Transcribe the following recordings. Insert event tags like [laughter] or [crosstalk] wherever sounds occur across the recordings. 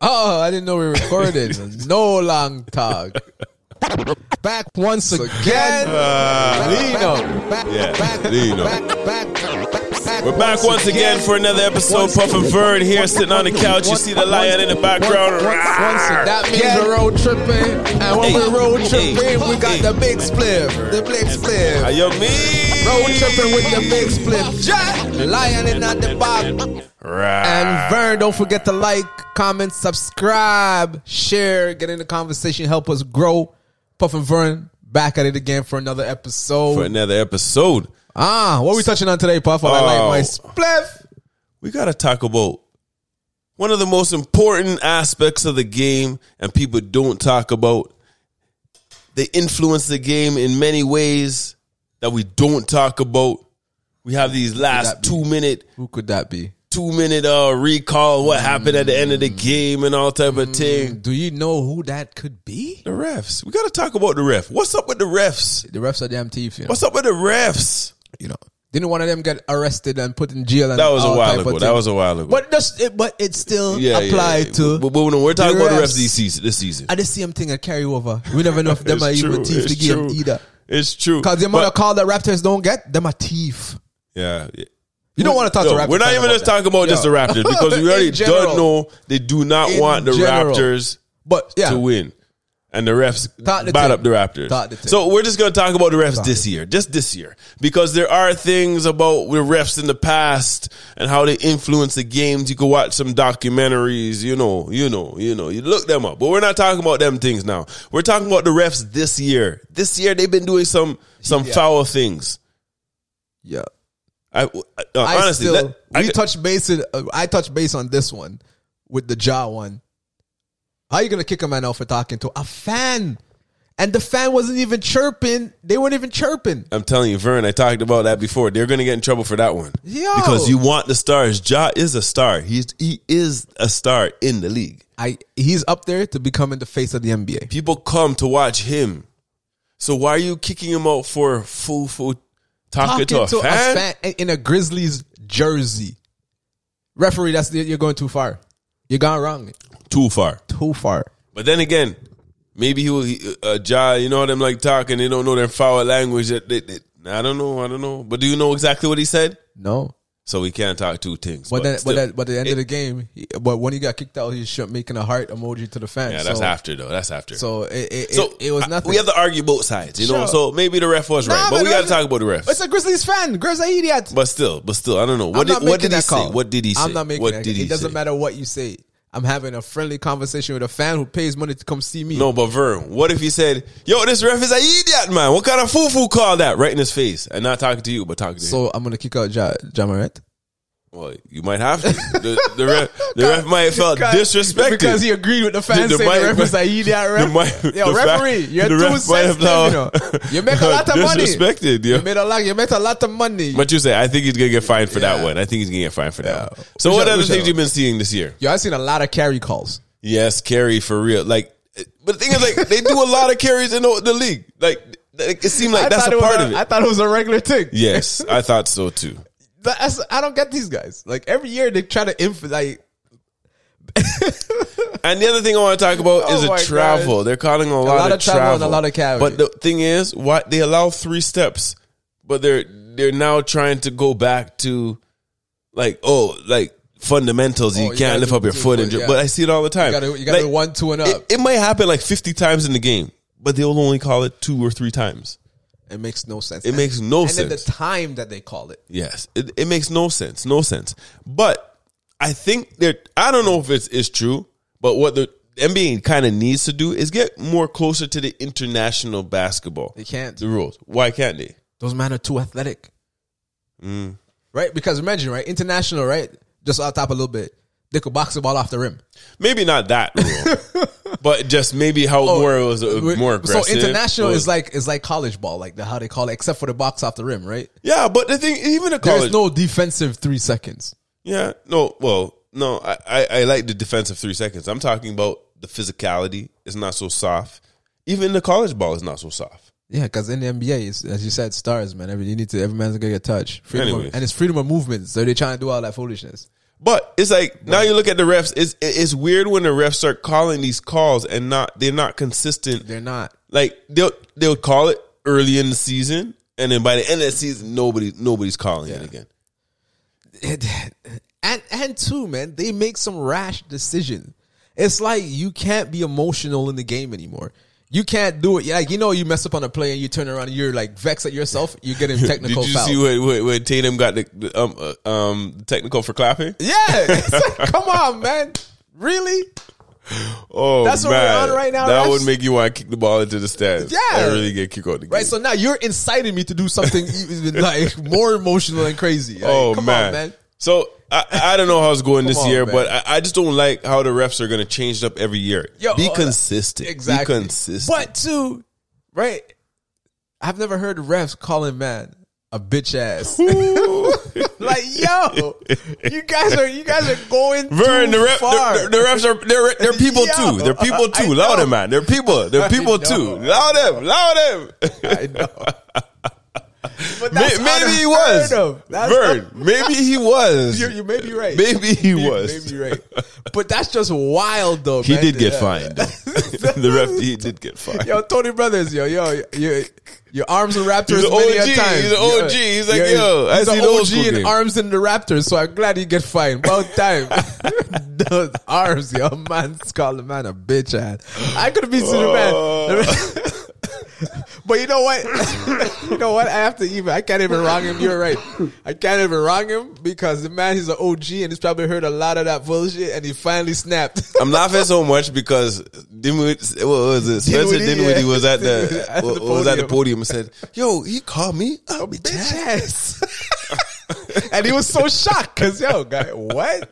Oh, I didn't know we recorded. no long talk. Back once again. Lino. back, yeah, back, Lino. back, back, back, back. We're back once again for another episode. Puff and Vern here sitting on the couch. You see the lion in the background. Rawr. That means we're road tripping. And when Hey. we're road Hey. tripping, we got Hey. the big spliff. The big Are spliff. you Road tripping with the big me? spliff. Jack, lion in at the back. Rawr. And Vern, don't forget to like, comment, subscribe, share, get in the conversation, help us grow. Puff and Vern back at it again for another episode. For another episode, Ah, what are we touching on today, Puff? While I like Oh. my spliff. we got to talk about one of the most important aspects of the game, and people don't talk about. They influence the game in many ways that we don't talk about. We have these last that be? two minute Who could that be? two minute uh, recall Mm. what happened at the end of the game and all type of thing. Do you know who that could be? The refs. We gotta talk about the ref. What's up with the refs? The refs are damn thief. You know, What's up with the refs? you know. Didn't one of them get arrested and put in jail? And That was a all while type of ago. That thing? was a while ago. But just it, but it still applied to. But, but no, we're talking the about the refs. refs this season. This season. I just see them thing and carry over. We never know if them [laughs] It's are even true, thief the it's game true. either. It's true. Because the amount But- of call that Raptors don't get, them a thief. yeah. yeah. You don't want to talk No, to Raptors. we're not even about just that. talking about just the Yeah. [laughs] Raptors because In we already general. don't know they do not In want the general. Raptors But yeah, to win. And the refs Talk the bat thing. up the Raptors. Talk the thing. so we're just going to talk about the refs this year, just this year, because there are things about the refs in the past and how they influence the games. You can watch some documentaries, you know, you know, you know, you look them up. But we're not talking about them things now. We're talking about the refs this year. This year they've been doing some some Yeah. foul things. yeah. I, I- uh, I honestly, still, let- I, we touched base. In, uh, I touched base on this one with the jaw one. How you gonna kick a man out for talking to a fan? And the fan wasn't even chirping. They weren't even chirping. I'm telling you, Vern, I talked about that before. They're going to get in trouble for that one. Yo. Because you want the stars. Ja is a star. He's, he is a star in the league. I he's up there to becoming the face of the NBA. People come to watch him. So why are you kicking him out for full, full talking, to, a, fan? in- in a Grizzlies jersey, referee, that's you're going too far. You're gone wrong. Too far. Too far. But then again, maybe he will, he, uh, Ja, you know them like talking. They don't know their foul language. That they, they, I don't know. I don't know. But do you know exactly what he said? No. So we can't talk two things. But, then, still. but at, but at the end of the game, he- but when he got kicked out, he should making a heart emoji to the fan. yeah, that's so, after though. That's after. So it, it, So it, it was I- nothing. We have to argue both sides, you know. Sure. So maybe the ref was right, but man, we got that's- to talk about the ref. It's a Grizzlies fan. Grizzlies are idiot. But still, but still, I don't know. What I'm not did, what making did he that call. say? What did he say? I'm not making what that. did he it doesn't say? matter what you say. I'm having a friendly conversation with a fan who pays money to come see me. No, but Vern, what if he said, "Yo, this ref is an idiot, man. What kind of foo foo call that?" Right in his face, and not talking to you, but talking to him. So I'm gonna kick out Ja, ja Morant. Well, you might have to. The, [laughs] the ref, the ref might have felt Because- disrespected because he agreed with the fans The- the saying the mic- ref is an idiot. Ref. mic- Yo, the fact- referee, you're the too ref might sensitive. have You, now- know. you make a [laughs] lot of money. disrespected. You Yeah. made a lot. You made a lot of money. But you say, I think he's gonna get fined for Yeah. that one. I think he's gonna get fined for Yeah. that. One. So, We what shall- other we shall- things you've been seeing this year? Yo, I seen a lot of carry calls. Yes, carry for real. Like, but the thing is, like, they do a lot of carries in the, the league. Like, like, it seemed like I that's thought a was part a- of it. I thought it was a regular thing. yes, I thought so too. That's, I don't get these guys. Like every year they try to inf- like And the other thing I want to talk about [laughs] Oh is my a travel. They're calling a lot, lot of, of travel and a lot of carry. But the thing is, why they allow three steps, but they're they're now trying to go back to like oh like fundamentals. Oh, you, you gotta can't lift do up your two foot, foot, and dri- yeah. but I see it all the time. you gotta you gotta Like, one two and up. it, it might happen like fifty times in the game, but they'll only call it two or three times. It makes no sense. It makes no and then sense. the time that they call it. Yes, it, it makes no sense, no sense. But I think that I don't know if it's is true, but what the NBA kind of needs to do is get more closer to the international basketball. They can't. The rules. Why can't they? Those men are too athletic. Mm. Right? Because imagine, right? International, right? Just on top a little bit. They could box the ball off the rim. Maybe not that [laughs] rule, but just maybe how more it was uh, more aggressive. Oh, So international Or- is like is like college ball, like the, how they call it, except for the box off the rim, right? yeah, but the thing even a college. There's no defensive three seconds. yeah, no. Well, no. I, I I like the defensive three seconds. I'm talking about the physicality is not so soft. Even the college ball is not so soft. Yeah, because in the NBA, it's, as you said, stars, man. Every you need to every man's gonna get a touch, freedom of- Anyways. and it's freedom of movement. So they're trying to do all that foolishness. But it's like now you look at the refs. It's it's weird when the refs are calling these calls and not they're not consistent. They're not. Like they'll they'll call it early in the season, and then by the end of the season, nobody nobody's calling it again. and and two, man, they make some rash decision. It's like you can't be emotional in the game anymore. You can't do it. Like you know, you mess up on a play and you turn around and you're like vexed at yourself. You're getting [laughs] Did technical you foul. see where, where, where Tatum got the, the um uh, um technical for clapping? yeah, [laughs] It's like, come on, man. Really? Oh, That's what we're man. on right now, That refs. would make you want to kick the ball into the stands. Yeah. and really get kicked out the game. Right. So now you're inciting me to do something [laughs] even like more emotional and crazy. Like, oh come man. on, man. So I, I don't know how it's going this on, year, man. but I, I just don't like how the refs are going to change it up every year. Yo, Be uh, consistent. Exactly. Be consistent. But two, right? I've never heard refs calling man a bitch [laughs] ass. like yo, you guys are you guys are going [laughs] Vern, too the, ref, far. the, the refs are they're, [laughs] they're people Yo, too. They're people I too. know. Loud man. [laughs] They're people. They're people too. know. Loud them. Loud them. I know. But that's Maybe he unheard was. of. That's Vern. Maybe [laughs] he was. You, you may be right. Maybe he You was. may be right. But that's just wild, though. He man. did get Yeah. fined. [laughs] the ref, he did get fined. [laughs] Yo, Tony Brothers, yo, yo, yo your arms and Raptors He's an many OG. a time. He's an Yo, OG. He's like, you're- yo, I he's see an the old school OG in game. arms in the Raptors, so I'm glad he get fined. About [laughs] time. Those arms, yo, man, call the man a bitch ass. I could have been Superman. Oh. [laughs] But you know what? [laughs] you know what? I have to even. I can't even wrong him. You're right. I can't even wrong him because the man is an OG and he's probably heard a lot of that bullshit and he finally snapped. [laughs] I'm laughing so much because Dinwiddie, what was it? Spencer Dinwiddie, Dinwiddie, yeah. was at the, [laughs] At the wa- was at the podium. podium and said, "Yo, he called me a bitch." bitch ass. [laughs] and he was so shocked because yo, guy, what?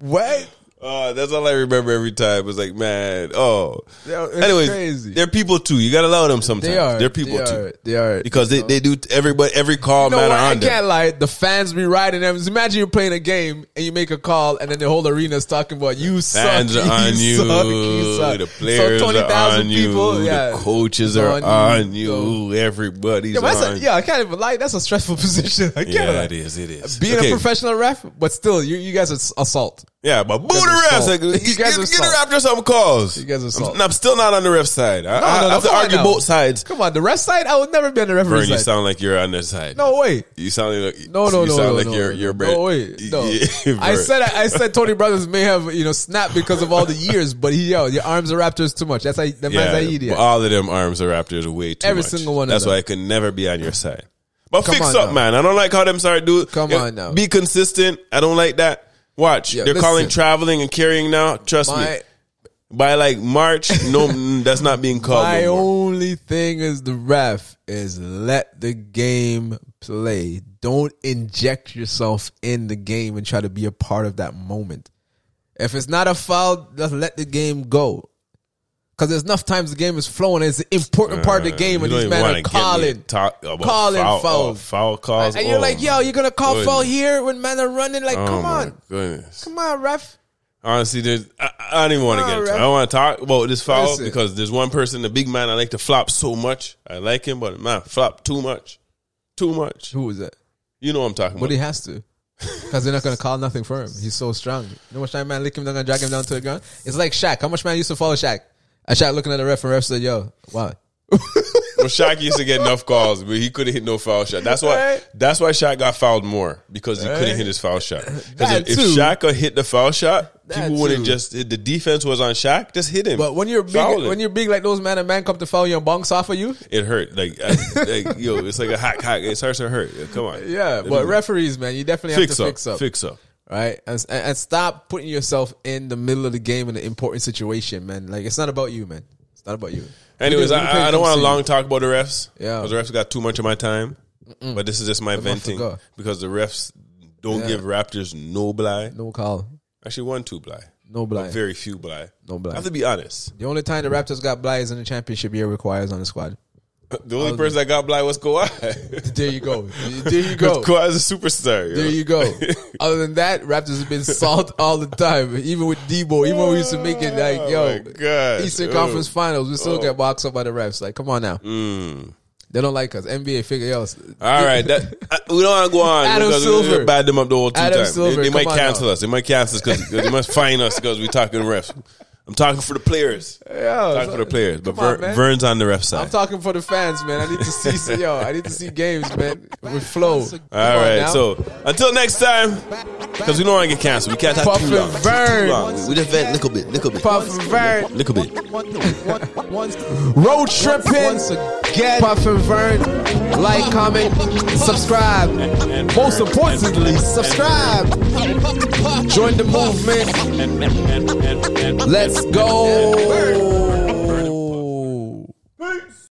What? Uh, that's all I remember every time. It was like, man, oh. Yo, it's Anyways, crazy. they're people too. You gotta allow them sometimes. They are. They're people they too Are, they are. because they, they do everybody every call you know matter what? I on can't them. lie. The fans be riding them. Just Imagine you're playing a game and you make a call, and then the whole arena's talking about you Fans suck, are on [laughs] you, you. suck, you suck. The players are 20,000 on you. the coaches is are on So- you. Everybody's Yeah, but that's a- on you. yeah, I can't even lie. That's a stressful [laughs] position. I can't Yeah, lie. it is. It is. Being Okay. a professional ref, but still, you, you guys are assault. Yeah, but boo the are refs. soft. Like, You get, guys get, are get soft. the after some calls. You guys are soft. I'm, I'm still not on the ref side. I, I, no, I have to come on argue now. both sides. Come on, the ref side, I would never be on the referee Vern, you side. sound like you're on their side. no way. You sound like No, no, you no, sound no, like no, you're no, you're no, Brett. No way, [laughs] no. Yeah, I Vern. said I, I said Tony Brothers may have you know snapped because of all the years, but he yo, your arms are Raptors too much. That's how the man's yeah, an idiot. but all of them arms are Raptors way too Every much. single one of That's them. why I could never [laughs] be on your side. But Come fix on up, now. man. I don't like how them sorry dude. Come Yeah, on now. Be consistent. I don't like that. Watch, Yeah, they're calling listen. traveling and carrying now. Trust me, My by like March, [laughs] no, mm, that's not being called. my no more. only thing is the ref is let the game play. Don't inject yourself in the game and try to be a part of that moment. If it's not a foul, just let the game go. Cause there's enough times the game is flowing. It's an important part of the game, and Uh, You these don't even men wanna are get me calling, talk about calling foul, foul. oh, foul calls, and you're Oh, like, "Yo, you're gonna call goodness. foul here when men are running? Like, Oh come my on, goodness. come on, ref." Honestly, there's, I, I don't even want to Come get on, into it. I ref. don't want to talk about this foul Listen. because there's one person, the big man, I like to flop so much. I like him, but man, flop too much, too much. Who was that? You know what I'm talking But about. he has [laughs] to. Because they're not going to call nothing for him. He's so strong. You know how much time man lick him down and drag him down to the ground? It's like Shaq. How much man used to follow Shaq? And Shaq looking at the ref and ref said, yo, wow. Well, Shaq used to get enough calls, but he couldn't hit no foul shot. That's why. Right. That's why Shaq got fouled more because he couldn't Right. hit his foul shot. Because That if, if too. Shaq could hit the foul shot, That people wouldn't too. just. If the defense was on Shaq, just hit [laughs] him. But when you're big, Foul him. when you're big like those man and man come to foul you and bounce off of you, it hurt. Like, I, like yo, it's like a hack hack. It starts to hurt. Come on. yeah. Let But me- referees, man, you definitely have fix to up, fix up, Fix up. right? And, and, and stop putting yourself in the middle of the game in an important situation, man. Like it's not about you, man. It's not about you. Anyways, We didn't- we I, I didn't don't want see to you. long talk about the refs. Yeah. Because the refs got too much of my time. But this is just my venting forgot. because the refs don't give Raptors no bly. No call, Actually, one two bly. no blind. Very few bly. No bly. I have to be honest. The only time the Raptors got Bly is in the championship year requires on the squad. [laughs] The only person that got bly was Kawhi. [laughs] There you go. There you go. Kawhi is a superstar. yo. There you [laughs] go. Other than that, Raptors have been salt all the time. Even with Debo, even when we used to make it like, Oh yo, my God. Eastern Oh. Hmm. Conference Finals, we still get boxed up by the refs. Like, come on now. They don't like us. NBA, figure else. All right, that, uh, we don't want to go on. Adam because we're gonna Silver. bad them up the whole two Adam time. They- Silver, they, might come on cancel now. us. They might cancel us because they must fine us because we talking refs. I'm talking for the players. Yeah, talking so- for the players. But come on, Ver, man. Vern's on the ref side. I'm talking for the fans, man. I need to see, yo, I need to see games, man, with flow. All All right, so until next time, because we don't want to get canceled. We can't have Puff too and long. Too Vern. long. We- We just vent little bit, little bit, Puff and Vern. little bit. road tripping. Get Puff and Vern. Like, comment, subscribe. and Most Vern, importantly, and- subscribe. Join the movement. and- and- and- and- and- Let's go.